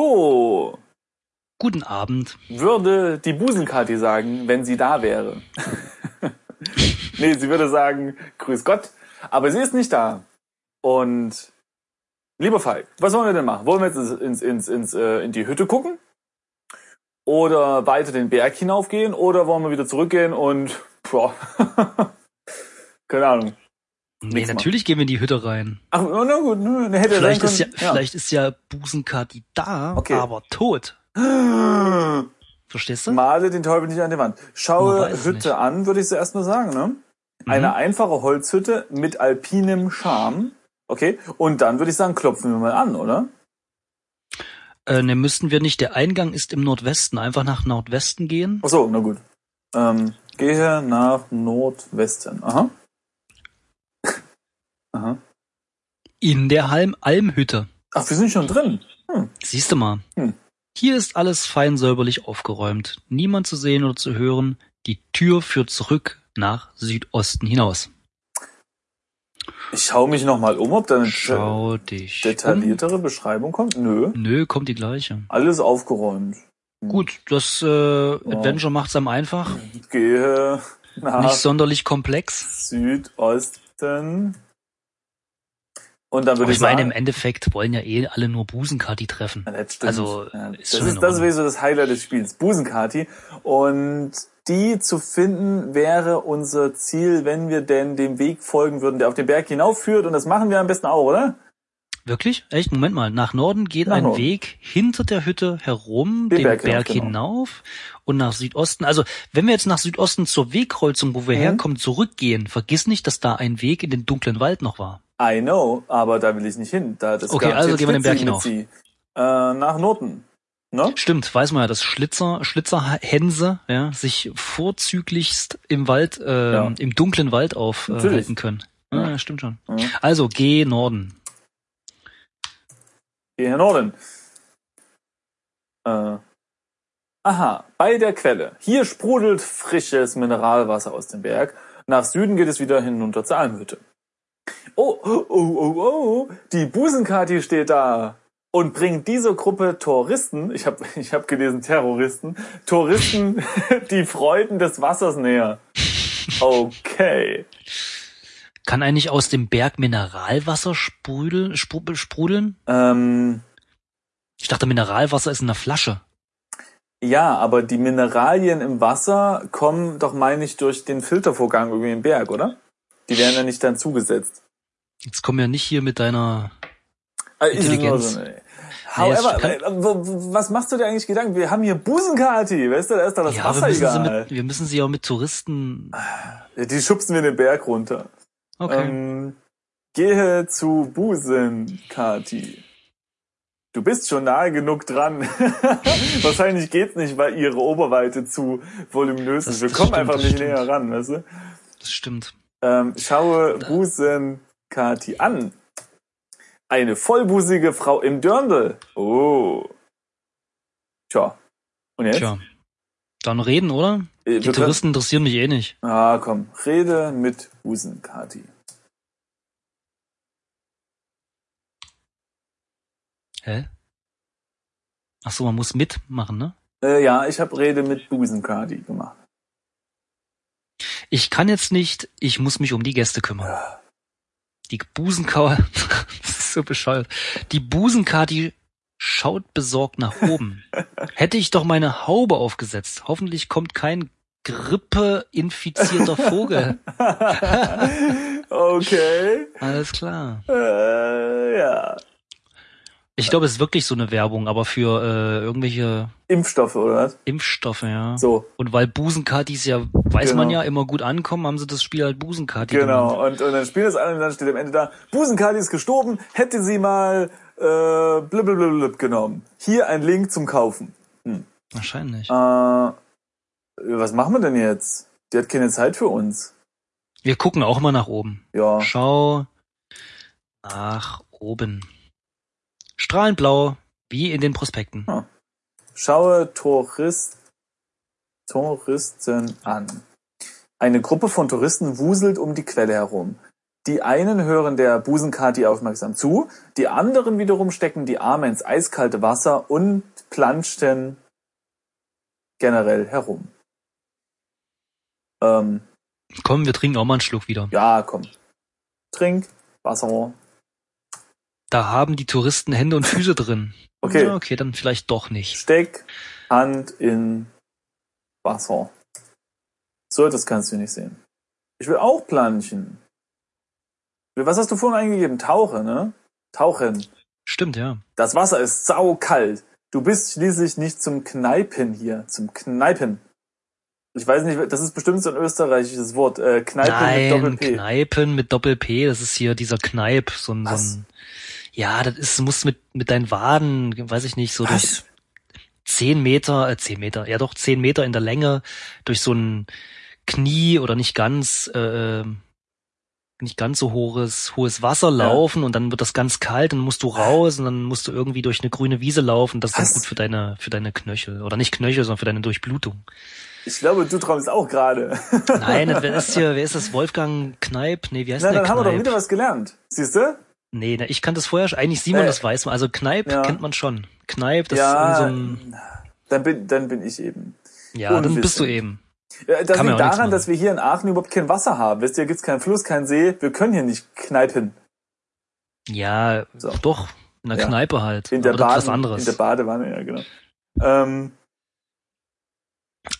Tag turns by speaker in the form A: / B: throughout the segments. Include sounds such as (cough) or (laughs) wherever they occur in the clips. A: Hallo!
B: Guten Abend.
A: Würde die Busenkati sagen, wenn sie da
B: (laughs)
A: wäre. nee, sie würde sagen, grüß Gott. Aber sie ist nicht da. Und, lieber Falk, was wollen wir denn machen? Wollen wir jetzt ins, ins, ins, äh, in die Hütte gucken? Oder weiter den Berg hinaufgehen? Oder wollen wir wieder zurückgehen und, boah, (laughs) keine Ahnung.
B: Nee, natürlich gehen wir in die Hütte rein.
A: Ach, na gut, na, hätte er
B: Vielleicht
A: sein
B: ist ja,
A: können.
B: vielleicht ist ja Busenkati da,
A: Okay.
B: aber tot.
A: (gasps)
B: Verstehst du?
A: Male den Teufel nicht an die Wand.
B: Man
A: Schaue
B: weiß es
A: Hütte
B: nicht. Mhm.
A: an, würde ich zuerst mal sagen, ne? Eine einfache Holzhütte mit alpinem Charme. Okay, und dann würde ich sagen, klopfen wir mal an, oder?
B: Äh, ne, müssten wir nicht. Der Eingang ist im Nordwesten. Einfach nach Nordwesten gehen.
A: Ach so, na gut. Ähm, gehe nach Nordwesten. Aha. Aha.
B: In der Halm Almhütte.
A: Ach, wir sind schon drin.
B: Siehst du mal.
A: Hm.
B: Hier ist alles fein säuberlich aufgeräumt. Niemand zu sehen oder zu hören. Die Tür führt zurück nach Südosten hinaus.
A: Ich schaue mich nochmal um, ob da eine
B: Schau um. dich.
A: detailliertere Beschreibung kommt. Nö.
B: Um. Nö, kommt die gleiche.
A: Alles aufgeräumt.
B: Gut, das äh, Adventure macht's am einfach.
A: Gehe nach
B: Nicht sonderlich komplex.
A: Südosten. Und dann
B: Aber
A: würde
B: ich
A: ich
B: meine, im
A: sagen,
B: Endeffekt wollen ja eh alle nur Busenkati treffen.
A: Ja, das stimmt.
B: Also,
A: ja,
B: ist
A: das
B: schon
A: ist
B: in
A: das
B: Ordnung.
A: wäre so das Highlight des Spiels, Busenkati. Und die zu finden wäre unser Ziel, wenn wir denn dem Weg folgen würden, der auf den Berg hinaufführt. Und das machen wir am besten auch, oder?
B: Wirklich? Echt? Moment mal. Nach Norden geht
A: Nach
B: ein
A: Norden.
B: Weg hinter der Hütte herum,
A: Den
B: den
A: Berg
B: Berg,
A: hinauf, genau.
B: hinauf und nach Südosten. Also, wenn wir jetzt nach Südosten zur Wegkreuzung, wo wir
A: Mhm.
B: herkommen, zurückgehen, vergiss nicht, dass da ein Weg in den dunklen Wald noch war.
A: I know, aber da will ich nicht hin. Da das
B: Okay, also gehen wir den Berg hinauf.
A: Äh, nach Noten. Ne?
B: Stimmt, weiß man ja, dass Schlitzer, Schlitzerhänse, ja, sich vorzüglichst im Wald, äh,
A: Ja.
B: im dunklen Wald aufhalten
A: Natürlich.
B: äh, halten können.
A: Ja. Mhm.
B: Ja. ja, stimmt schon.
A: Ja.
B: Also, geh Norden.
A: Geh nach Norden. Äh, aha, bei der Quelle. Hier sprudelt frisches Mineralwasser aus dem Berg. Nach Süden geht es wieder hinunter zur Almhütte. Oh, oh, oh, oh, die Busenkati steht da und bringt diese Gruppe Touristen, ich habe ich hab (laughs) gelesen Terroristen, Touristen (laughs) die Freuden des Wassers näher. Okay.
B: Kann eigentlich aus dem Berg Mineralwasser sprudel, spru- sprudeln?
A: Ähm,
B: Ich dachte, Mineralwasser ist in einer Flasche.
A: Ja, aber die Mineralien im Wasser kommen doch, meine ich, durch den Filtervorgang irgendwie im Berg, oder? Die werden ja nicht dann zugesetzt.
B: Jetzt komm ja nicht hier mit deiner.
A: Äh, ist es nur
B: Ah, Intelligenz.
A: so, nee. However,
B: kann-
A: äh, w- w- was machst du dir eigentlich Gedanken? Wir haben hier Busenkati, weißt du, da ist doch das
B: ja, wir
A: Wasser
B: müssen, sie
A: egal.
B: mit, wir müssen sie ja mit Touristen.
A: Die schubsen wir den Berg runter.
B: Okay.
A: Ähm, gehe zu Busenkati. Du bist schon nahe genug dran. (laughs) Wahrscheinlich geht's nicht, weil ihre Oberweite zu voluminös
B: Das-
A: ist. Wir
B: das
A: kommen
B: stimmt,
A: einfach
B: das
A: nicht
B: stimmt.
A: näher ran, weißt du?
B: Das stimmt.
A: Ähm, schaue Busenkati an. Eine vollbusige Frau im Dörndl. Oh. Tja. Und jetzt?
B: Tja. Dann reden, oder?
A: Äh, wir
B: Die
A: können-
B: Touristen interessieren mich eh nicht.
A: Ah, komm. Rede mit Busenkati.
B: Hä? Ach so, man muss mitmachen, ne?
A: Äh, ja, ich habe Rede mit Busenkati gemacht.
B: Ich kann jetzt nicht, ich muss mich um die Gäste kümmern. Die Busenkauer, (laughs) das ist so bescheuert. Die Busenkati schaut besorgt nach
A: (laughs)
B: oben. Hätte ich doch meine Haube aufgesetzt. Hoffentlich kommt kein
A: (laughs)
B: grippeinfizierter Vogel.
A: okay.
B: Alles klar.
A: Äh, ja.
B: Ich glaube, es ist wirklich so eine Werbung, aber für äh, irgendwelche
A: Impfstoffe, oder was?
B: Impfstoffe, ja.
A: So,
B: Und weil Busenkatis ja, weiß man
A: Genau.
B: ja, immer gut ankommen, haben sie das Spiel halt Busenkati genannt.
A: genau. Und, und dann spielen das alle und dann steht am Ende da, Busenkati ist gestorben, hätte sie mal äh, blub, blub, blub, blub genommen. Hier ein Link zum Kaufen.
B: Wahrscheinlich.
A: Äh, was machen wir denn jetzt? Die hat keine Zeit für uns.
B: Wir gucken auch mal nach oben.
A: Ja.
B: Schau nach oben. Strahlend blau, wie in den Prospekten.
A: Schaue Tourist, Touristen an. Eine Gruppe von Touristen wuselt um die Quelle herum. Die einen hören der Busenkati aufmerksam zu, die anderen wiederum stecken die Arme ins eiskalte Wasser und planschten generell herum. Ähm,
B: Komm, wir trinken auch mal einen Schluck wieder.
A: ja, komm. Trink, Wasser.
B: Da haben die Touristen Hände und Füße drin.
A: Okay.
B: Ja, okay, dann vielleicht doch nicht.
A: Steck Hand in Wasser. So, das kannst du nicht sehen. Ich will auch planchen. Was hast du vorhin eingegeben? Tauche, ne? Tauchen.
B: Stimmt, ja.
A: Das Wasser ist saukalt. Du bist schließlich nicht zum Kneipen hier, zum Kneipen. Ich weiß nicht, das ist bestimmt so ein österreichisches Wort. Äh, Kneipen mit
B: Nein,
A: Doppel-P.
B: Kneipen mit Doppel-P, das ist hier dieser Kneip, so ein, so
A: Was?
B: ein ja, das ist, muss mit, mit deinen Waden, weiß ich nicht, so durch
A: Was?
B: zehn Meter, äh, zehn Meter, ja doch, zehn Meter in der Länge, durch so ein Knie oder nicht ganz, äh, ähm, nicht ganz so hohes, hohes Wasser laufen und dann wird das ganz kalt und musst du raus und dann musst du irgendwie durch eine grüne Wiese laufen, das ist dann
A: Was?
B: gut für deine, für deine Knöchel. Oder nicht Knöchel, sondern für
A: (laughs)
B: deine Durchblutung.
A: Ich glaube, du träumst auch gerade.
B: Nein, das- wer ist hier, wer ist das? Wolfgang Kneip? Nee, wie heißt
A: Na,
B: der
A: dann haben wir doch
B: Kneip?
A: wieder was gelernt. Siehst du?
B: Nee, ne, ich kannte es vorher schon. Eigentlich Simon,
A: Äh,
B: das weiß man. Also Kneip
A: ja.
B: kennt man schon. Kneip, das ist
A: Ja,
B: in so einem,
A: dann bin, dann bin ich eben.
B: ja, dann bist du
A: unwissend.
B: eben.
A: Äh, Das liegt
B: Kann man ja auch nichts
A: daran,
B: machen.
A: dass wir hier in Aachen überhaupt kein Wasser haben. Wisst ihr, hier gibt's keinen Fluss, keinen See. Wir können hier nicht kneipen.
B: Ja,
A: So.
B: doch, in der
A: Ja.
B: Kneipe halt.
A: In der,
B: Aber das ist was
A: Baden-
B: anderes.
A: in der Badewanne, ja, genau. Ähm,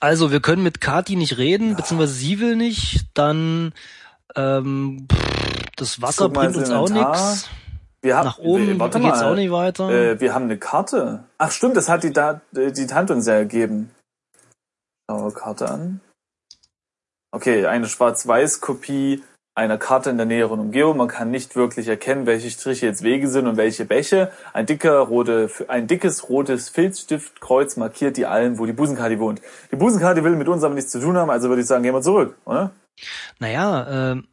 B: also, wir können mit Kati nicht reden, beziehungsweise sie will nicht, dann, ähm, pff, das Wasser
A: guck mal
B: bringt
A: ins
B: uns auch
A: Inventar.
B: nichts.
A: wir haben,
B: Nach oben
A: wir- Ah, warte
B: geht's
A: mal.
B: auch nicht weiter.
A: Äh, wir haben eine Karte. Ach stimmt, das hat die, da, äh, die Tante uns ja gegeben. Schauen wir Karte an. Okay, eine Schwarz-Weiß-Kopie einer Karte in der näheren Umgebung. Man kann nicht wirklich erkennen, welche Striche jetzt Wege sind und welche Bäche. Ein, dicker, rote, ein dickes rotes Filzstiftkreuz markiert die Alm, wo die Busenkadi wohnt. Die Busenkadi will mit uns aber nichts zu tun haben, also würde ich sagen, gehen wir zurück, oder?
B: naja, ähm,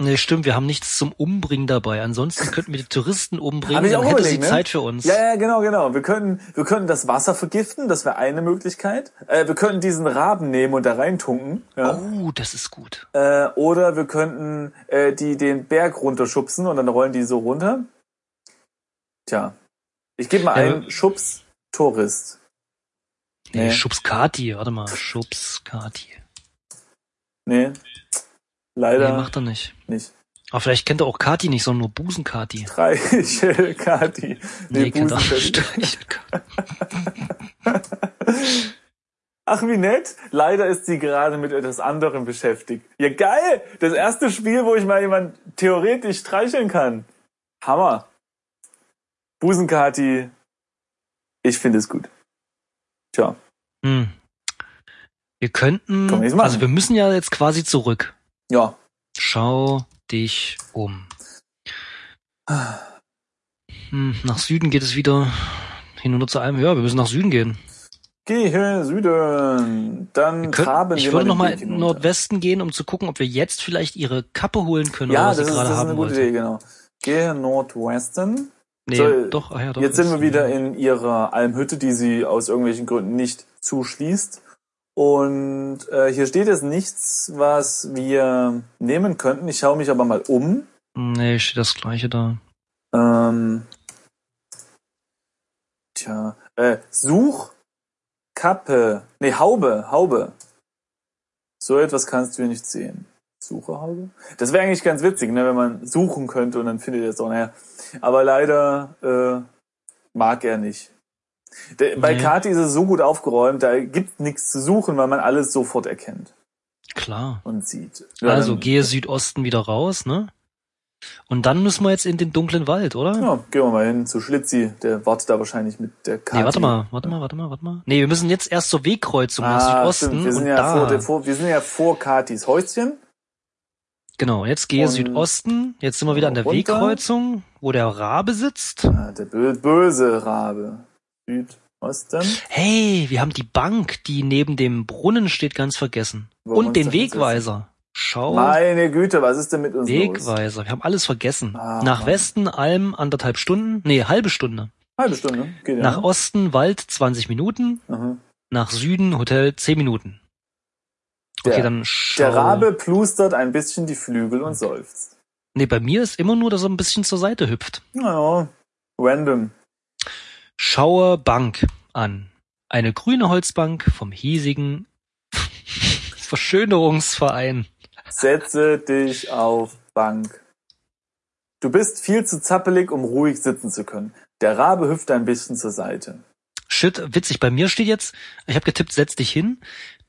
B: Nee, stimmt, wir haben nichts zum Umbringen dabei. Ansonsten könnten wir die Touristen umbringen,
A: Hab ich
B: dann
A: auch
B: hätte sie
A: überlegt, ne?
B: Zeit für uns.
A: Ja, ja, genau, genau. Wir können, wir können das Wasser vergiften, das wäre eine Möglichkeit. Äh, wir könnten diesen Raben nehmen und da reintunken. Ja.
B: Oh, das ist gut.
A: Äh, oder wir könnten äh, die den Berg runterschubsen und dann rollen die so runter. Tja. Ich gebe mal
B: Ja,
A: einen Schubs Tourist.
B: Nee,
A: Nee.
B: Schubs Kati, warte mal, Schubs Kati.
A: Nee.
B: Nee,
A: Leider
B: macht er nicht.
A: nicht.
B: Aber vielleicht kennt er auch Kati nicht, sondern nur Busen-Kati.
A: (laughs) Streichel Kati.
B: Nee,
A: Nee,
B: kennt er (laughs)
A: Busen-
B: nicht.
A: Ach, wie nett. Leider ist sie gerade mit etwas anderem beschäftigt. Ja, geil. Das erste Spiel, wo ich mal jemand theoretisch streicheln kann. Hammer. Busenkati. Ich finde es gut. Tja.
B: Hm. Wir könnten,
A: Können wir das machen?
B: also wir müssen ja jetzt quasi zurück.
A: Ja.
B: Schau dich um. Hm, nach Süden geht es wieder hinunter zu einem. Ja, wir müssen nach Süden gehen.
A: Gehe Süden. Dann traben
B: Wir könnten,
A: wir
B: ich würde
A: den
B: nochmal
A: Weg
B: in
A: hinunter.
B: Nordwesten gehen, um zu gucken, ob wir jetzt vielleicht ihre Kappe holen können
A: Ja,
B: oder was
A: das
B: sie
A: ist, das
B: gerade
A: ist eine
B: haben
A: gute
B: wollte.
A: Idee, genau. Gehe Nordwesten.
B: Nee,
A: So,
B: doch, ah ja, doch.
A: Jetzt sind wir
B: ist-
A: wieder in ihrer Almhütte, die sie aus irgendwelchen Gründen nicht zuschließt. Und äh, hier steht jetzt nichts, was wir nehmen könnten. Ich schaue mich aber mal um.
B: Nee, steht das gleiche da.
A: Ähm, tja, äh, Such Kappe. Nee, Haube, Haube. So etwas kannst du hier nicht sehen. Suche Haube? Das wäre eigentlich ganz witzig, ne, wenn man suchen könnte und dann findet er es auch. Naja. Aber leider äh, mag er nicht. Der, Bei
B: Nee.
A: Kati ist es so gut aufgeräumt, da gibt nichts zu suchen, weil man alles sofort erkennt
B: Klar.
A: und sieht. Ähm, Ja,
B: Also
A: dann-
B: gehe Südosten wieder raus, ne? Und dann müssen wir jetzt in den dunklen Wald, oder?
A: ja, gehen wir mal hin zu Schlitzi. Der wartet da wahrscheinlich mit der Kati.
B: nee, warte mal, warte mal, warte mal, warte mal. Nee, wir müssen jetzt erst zur Wegkreuzung nach
A: Ah,
B: Südosten
A: stimmt. Wir sind,
B: und
A: ja
B: da.
A: vor, der, vor, wir sind ja vor Katis Häuschen.
B: genau, jetzt gehe
A: Und-
B: Südosten. Jetzt sind wir wieder an der
A: Runter.
B: Wegkreuzung, wo der Rabe sitzt.
A: Ah, der bö böse Rabe. Südosten.
B: Hey, wir haben die Bank, die neben dem Brunnen steht, ganz vergessen.
A: Wo wir
B: und
A: uns
B: den
A: doch hinsetzen.
B: Wegweiser. Schau,
A: Meine Güte, was ist denn mit uns los?
B: Wegweiser. Wir haben alles vergessen.
A: Ah,
B: nach
A: Mann.
B: Westen Alm anderthalb Stunden, nee, halbe Stunde.
A: Halbe Stunde. Geht ja. Mhm.
B: Nach Osten Wald 20 Minuten.
A: Aha.
B: Nach Süden, Hotel, 10 Minuten. Okay,
A: Der-
B: dann schau.
A: Der Rabe plustert ein bisschen die Flügel und seufzt.
B: Nee, bei mir ist immer nur, dass er ein bisschen zur Seite hüpft.
A: Naja, random.
B: Schaue Bank an. Eine grüne Holzbank vom hiesigen (laughs) Verschönerungsverein.
A: Setze dich auf Bank. Du bist viel zu zappelig, um ruhig sitzen zu können. Der Rabe hüpft ein bisschen zur Seite.
B: Shit, witzig, bei mir steht jetzt, ich habe getippt, setz dich hin.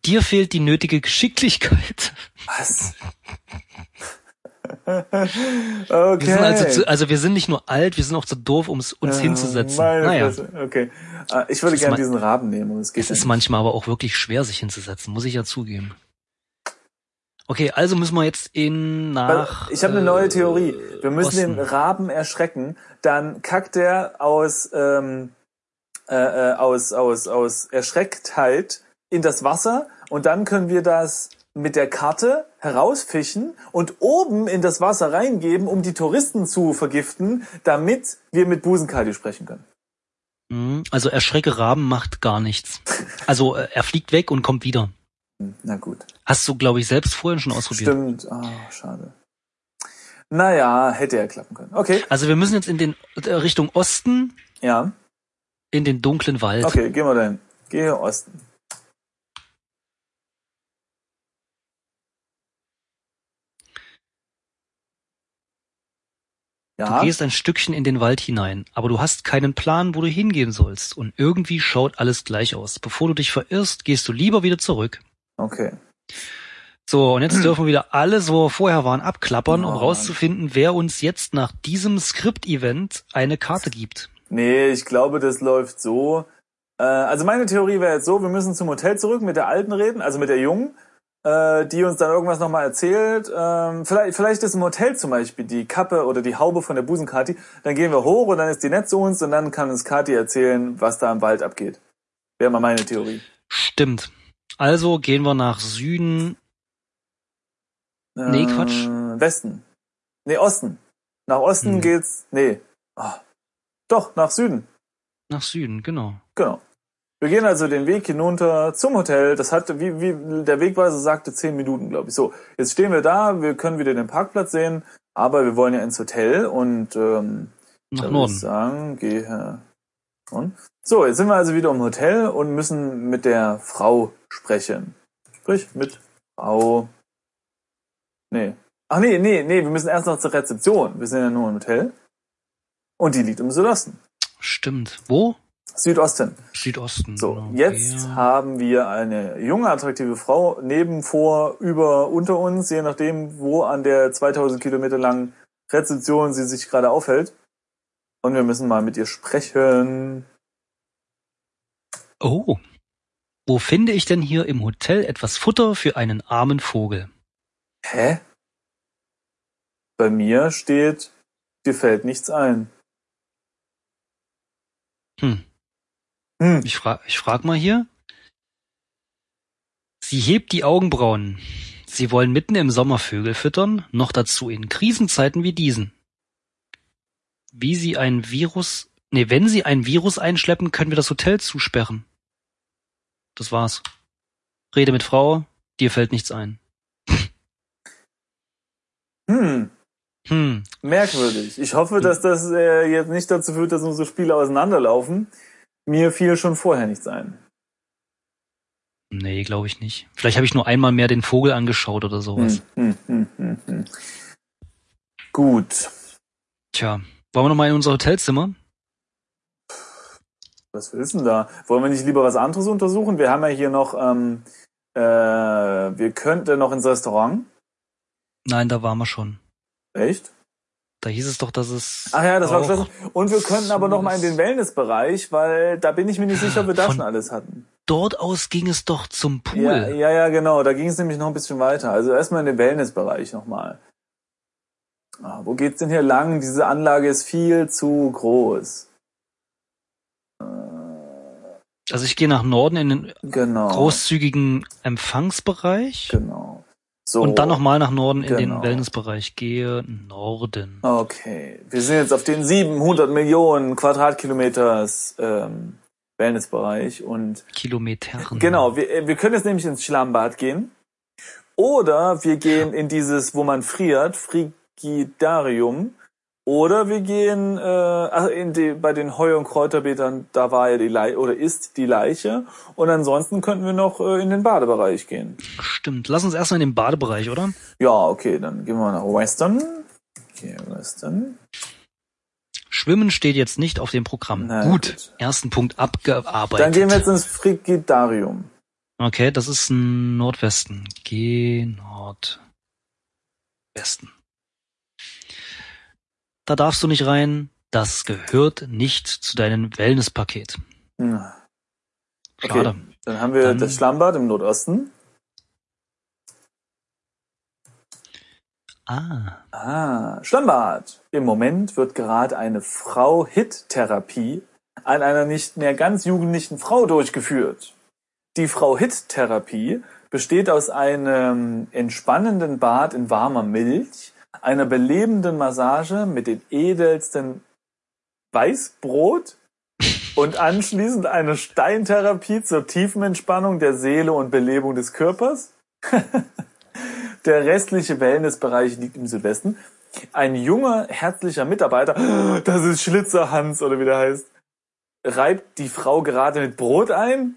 B: Dir fehlt die nötige Geschicklichkeit.
A: (laughs) Was?
B: Wir sind also,
A: okay.
B: zu, also wir sind nicht nur alt, wir sind auch zu doof, um es uns
A: Ah,
B: hinzusetzen.
A: meine
B: Naja,
A: Fresse. Okay. Ah, Ich würde
B: Es ist
A: gerne
B: mein-
A: diesen Raben nehmen und es geht
B: es ist
A: nicht.
B: manchmal aber auch wirklich schwer, sich hinzusetzen, muss ich ja zugeben. Okay, also müssen wir jetzt in
A: Weil
B: nach.
A: ich habe eine neue
B: äh,
A: Theorie. Wir müssen den
B: Osten.
A: Raben erschrecken, dann kackt er aus ähm, äh, äh, aus aus aus Erschrecktheit in das Wasser und dann können wir das mit der Karte herausfischen und oben in das Wasser reingeben, um die Touristen zu vergiften, damit wir mit Busenkadi sprechen können.
B: Mhm, Also erschrecke Raben macht gar nichts. Also äh, er fliegt weg und kommt wieder.
A: Hm, Na gut.
B: Hast du, glaube ich, selbst vorhin schon ausprobiert.
A: Stimmt. Ah, schade. Naja, hätte ja klappen können. Okay,
B: Also wir müssen jetzt in den äh, Richtung Osten,
A: ja.
B: in den dunklen Wald.
A: Okay, gehen wir dahin. Gehe Osten.
B: Du
A: Ja,
B: gehst ein Stückchen in den Wald hinein, aber du hast keinen Plan, wo du hingehen sollst und irgendwie schaut alles gleich aus. Bevor du dich verirrst, gehst du lieber wieder zurück.
A: okay.
B: So, und
A: Hm.
B: jetzt dürfen wir wieder alles, wo wir vorher waren, abklappern, um
A: Oh,
B: rauszufinden, wer uns jetzt nach diesem Skript-Event eine Karte gibt.
A: Nee, ich glaube, das läuft so. Äh, also meine Theorie wäre jetzt so, wir müssen zum Hotel zurück, mit der Alten reden, also mit der Jungen, äh, die uns dann irgendwas nochmal erzählt. Ähm, vielleicht, vielleicht ist im Hotel zum Beispiel die Kappe oder die Haube von der Busenkati. Dann gehen wir hoch und dann ist die nett zu uns und dann kann uns Kati erzählen, was da im Wald abgeht. Wäre mal meine Theorie.
B: Stimmt. Also gehen wir nach Süden. Nee, Quatsch.
A: Äh, Westen. Nee, Osten. Nach Osten
B: Hm.
A: geht's. Nee. Ah. Doch, nach Süden.
B: Nach Süden, genau.
A: Genau. Wir gehen also den Weg hinunter zum Hotel. Das hat, wie, wie der Wegweiser sagte, zehn Minuten, glaube ich. So, jetzt stehen wir da, wir können wieder den Parkplatz sehen, aber wir wollen ja ins Hotel und ähm, da
B: Nach
A: würde ich
B: Norden.
A: sagen, gehe und. So, jetzt sind wir also wieder im Hotel und müssen mit der Frau sprechen. Sprich, mit Frau. Nee. Ach nee, nee, nee, wir müssen erst noch zur Rezeption. Wir sind ja nur im Hotel. Und die liegt im Südosten.
B: Stimmt. Wo?
A: Südosten.
B: Südosten.
A: So,
B: genau.
A: jetzt
B: Ja.
A: haben wir eine junge, attraktive Frau neben, vor, über, unter uns, je nachdem, wo an der 2000 Kilometer langen Rezeption sie sich gerade aufhält. Und wir müssen mal mit ihr sprechen.
B: Oh. Wo finde ich denn hier im Hotel etwas Futter für einen armen Vogel?
A: Hä? Bei mir steht, dir fällt nichts ein.
B: Hm.
A: Hm,
B: Ich frage ich frag mal hier. Sie hebt die Augenbrauen. Sie wollen mitten im Sommer Vögel füttern, noch dazu in Krisenzeiten wie diesen. Wie sie ein Virus, nee, wenn sie ein Virus einschleppen, können wir das Hotel zusperren. Das war's. Rede mit Frau, dir fällt nichts ein.
A: hm,
B: Hm,
A: merkwürdig. Ich hoffe, dass das äh, jetzt nicht dazu führt, dass unsere Spiele auseinanderlaufen. Mir fiel schon vorher nichts ein.
B: nee, glaube ich nicht. Vielleicht habe ich nur einmal mehr den Vogel angeschaut oder sowas.
A: Hm, hm, hm, hm, hm. Gut.
B: Tja, wollen wir nochmal in unser Hotelzimmer?
A: Was willst du denn da? Wollen wir nicht lieber was anderes untersuchen? Wir haben ja hier noch, ähm, äh, wir könnten noch ins Restaurant.
B: Nein, da waren wir schon.
A: Echt?
B: Da hieß es doch, dass es.
A: Ach ja, das war
B: auch-
A: geschlossen. Und wir könnten aber noch mal in den Wellnessbereich, weil da bin ich mir nicht sicher, ob wir da
B: Von-
A: schon alles hatten.
B: Dort aus ging es doch zum Pool.
A: Ja, ja, ja, genau. Da ging es nämlich noch ein bisschen weiter. Also erstmal in den Wellnessbereich nochmal. Ah, wo geht's denn hier lang? Diese Anlage ist viel zu groß.
B: Also ich gehe nach Norden in den
A: Genau.
B: großzügigen Empfangsbereich
A: Genau. So.
B: und dann nochmal nach Norden in
A: Genau. Ah.
B: den Wellnessbereich. Gehe Norden.
A: Okay, wir sind jetzt auf den 700 Millionen Quadratkilometers ähm, Wellnessbereich und
B: Kilometern.
A: genau, wir, äh, wir können jetzt nämlich ins Schlammbad gehen oder wir gehen in dieses, wo man friert, Fri Orchidarium. Oder wir gehen äh, ach, in die, bei den Heu- und Kräuterbeetern, da war ja die Leiche oder ist die Leiche. Und ansonsten könnten wir noch äh, in den Badebereich gehen.
B: Stimmt. Lass uns erstmal in den Badebereich, oder?
A: Ja, okay, dann gehen wir nach Western. Okay, Western.
B: Schwimmen steht jetzt nicht auf dem Programm.
A: Na,
B: gut.
A: gut.
B: Ersten Punkt abgearbeitet.
A: Dann gehen wir jetzt ins Frigidarium.
B: Okay, das ist ein Nordwesten. Geh Nordwesten. Da darfst du nicht rein. Das gehört nicht zu deinem Wellnesspaket.
A: Hm. Okay.
B: Schade.
A: Dann haben wir
B: Dann-
A: das Schlammbad im Nordosten.
B: Ah,
A: Ah, Schlammbad. Im Moment wird gerade eine Frau-Hit-Therapie an einer nicht mehr ganz jugendlichen Frau durchgeführt. Die Frau-Hit-Therapie besteht aus einem entspannenden Bad in warmer Milch, einer belebenden Massage mit den edelsten Weißbrot und anschließend eine Steintherapie zur tiefen Entspannung der Seele und Belebung des Körpers. Der restliche Wellnessbereich liegt im Südwesten. Ein junger, herzlicher Mitarbeiter, (gasps) das ist Schlitzer Hans oder wie der heißt, reibt die Frau gerade mit Brot ein.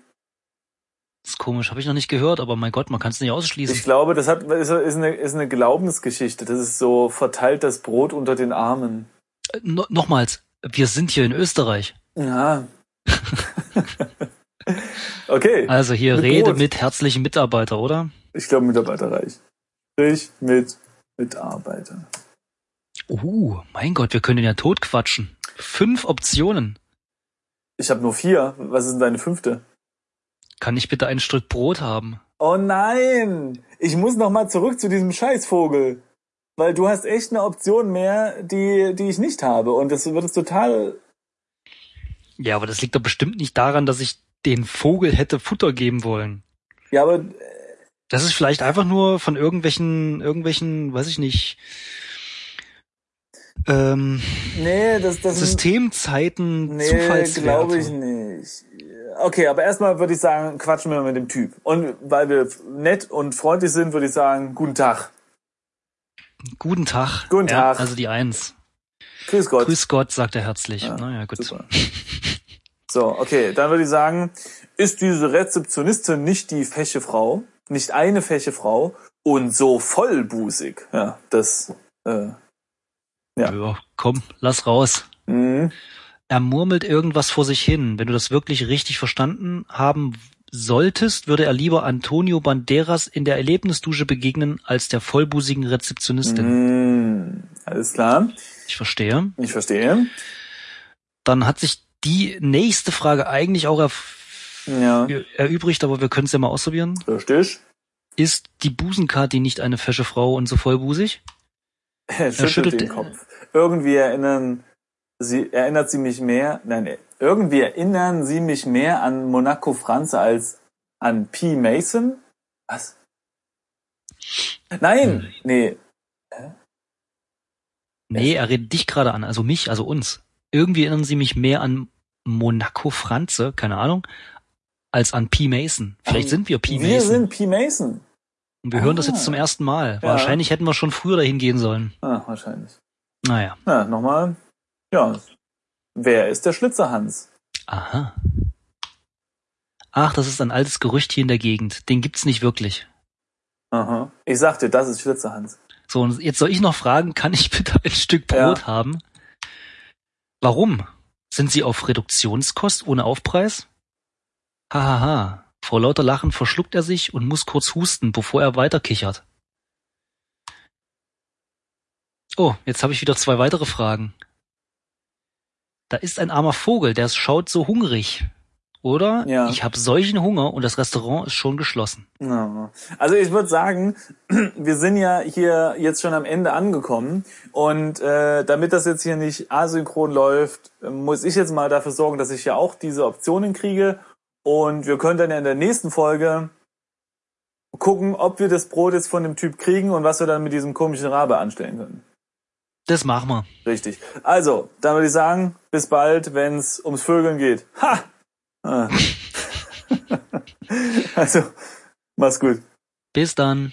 B: ist komisch. Habe ich noch nicht gehört, aber mein Gott, man kann es nicht
A: Ich
B: ausschließen.
A: glaube, das hat, ist, ist, eine, ist eine Glaubensgeschichte. Das ist so verteilt das Brot unter den Armen.
B: Äh, No nochmals, wir sind hier in Österreich.
A: Ja. (laughs) okay,
B: Also hier
A: Mit
B: rede
A: Brot.
B: mit herzlichen Mitarbeiter, oder?
A: ich glaube Mitarbeiterreich. Ich mit Mitarbeiter.
B: Uh, mein Gott, wir können ihn ja tot quatschen. Fünf Optionen.
A: Ich habe nur vier. Was ist denn deine fünfte?
B: Kann ich bitte ein Stück Brot haben?
A: Oh nein! Ich muss noch mal zurück zu diesem Scheißvogel. Weil du hast echt eine Option mehr, die, die ich nicht habe. Und das wird es total.
B: Ja, aber das liegt doch bestimmt nicht daran, dass ich den Vogel hätte Futter geben wollen.
A: Ja, aber
B: Das ist vielleicht einfach nur von irgendwelchen, irgendwelchen, weiß ich nicht, ähm,
A: nee, das, das
B: Systemzeiten,
A: Nee,
B: Zufallswerte.
A: glaube ich nicht. Okay, aber erstmal würde ich sagen, quatschen wir mit dem Typ. Und weil wir nett und freundlich sind, würde ich sagen, guten Tag.
B: Guten Tag.
A: Guten
B: Ja,
A: Tag.
B: also die Eins.
A: Grüß Gott.
B: Grüß Gott, sagt er herzlich.
A: Ja,
B: naja, gut.
A: super. So, okay, dann würde ich sagen, ist diese Rezeptionistin nicht die fesche Frau, nicht eine fesche Frau und so vollbusig. Ja, das, äh, Ja.
B: Ja. komm, lass raus.
A: mh,
B: Er murmelt irgendwas vor sich hin. Wenn du das wirklich richtig verstanden haben solltest, würde er lieber Antonio Banderas in der Erlebnisdusche begegnen, als der vollbusigen Rezeptionistin.
A: Mhm. mh, alles klar,
B: Ich verstehe.
A: ich verstehe.
B: Dann hat sich die nächste Frage eigentlich auch erf-
A: Ja,
B: erübrigt, aber wir können es ja mal ausprobieren.
A: richtig.
B: Ist die Busenkati nicht eine fesche Frau und so vollbusig?
A: Er schüttelt
B: schüttelt-
A: den Kopf. Irgendwie erinnern sie, erinnert sie mich mehr, nein, nee, irgendwie erinnern sie mich mehr an Monaco Franze als an P. Mason? Was? Nein, nee,
B: Nee, er redet dich gerade an, also mich, also uns. Irgendwie erinnern sie mich mehr an Monaco Franze, keine Ahnung, als an P. Mason. Vielleicht
A: An-
B: sind wir P.
A: wir
B: Mason.
A: sind P. Mason.
B: Und wir hören das
A: Ah.
B: jetzt zum ersten Mal.
A: Ja.
B: Wahrscheinlich hätten wir schon früher dahin gehen sollen.
A: Ah, wahrscheinlich.
B: Naja.
A: Na, nochmal. Ja. Wer ist der Schlitzerhans?
B: Aha. Ach, das ist ein altes Gerücht hier in der Gegend. Den gibt's nicht wirklich.
A: Aha. Ich sagte, das ist Schlitzerhans.
B: So, und jetzt soll ich noch fragen, kann ich (laughs) bitte ein Stück Brot
A: Ja.
B: haben? Warum? Sind Sie auf Reduktionskost ohne Aufpreis? Hahaha. Ha, ha. Vor lauter Lachen verschluckt er sich und muss kurz husten, bevor er weiterkichert. Oh, jetzt habe ich wieder zwei weitere Fragen. Da ist ein armer Vogel, der schaut so hungrig. Oder?
A: Ja.
B: Ich habe solchen Hunger und das Restaurant ist schon geschlossen.
A: Ja. Also ich würde sagen, (clears throat) wir sind ja hier jetzt schon am Ende angekommen und äh, damit das jetzt hier nicht asynchron läuft, muss ich jetzt mal dafür sorgen, dass ich ja auch diese Optionen kriege und wir können dann ja in der nächsten Folge gucken, ob wir das Brot jetzt von dem Typ kriegen und was wir dann mit diesem komischen Rabe anstellen können.
B: Das machen wir.
A: Richtig. Also, dann würde ich sagen, bis bald, wenn es ums Vögeln geht. Ha! Ah. (laughs) also, mach's gut.
B: Bis dann.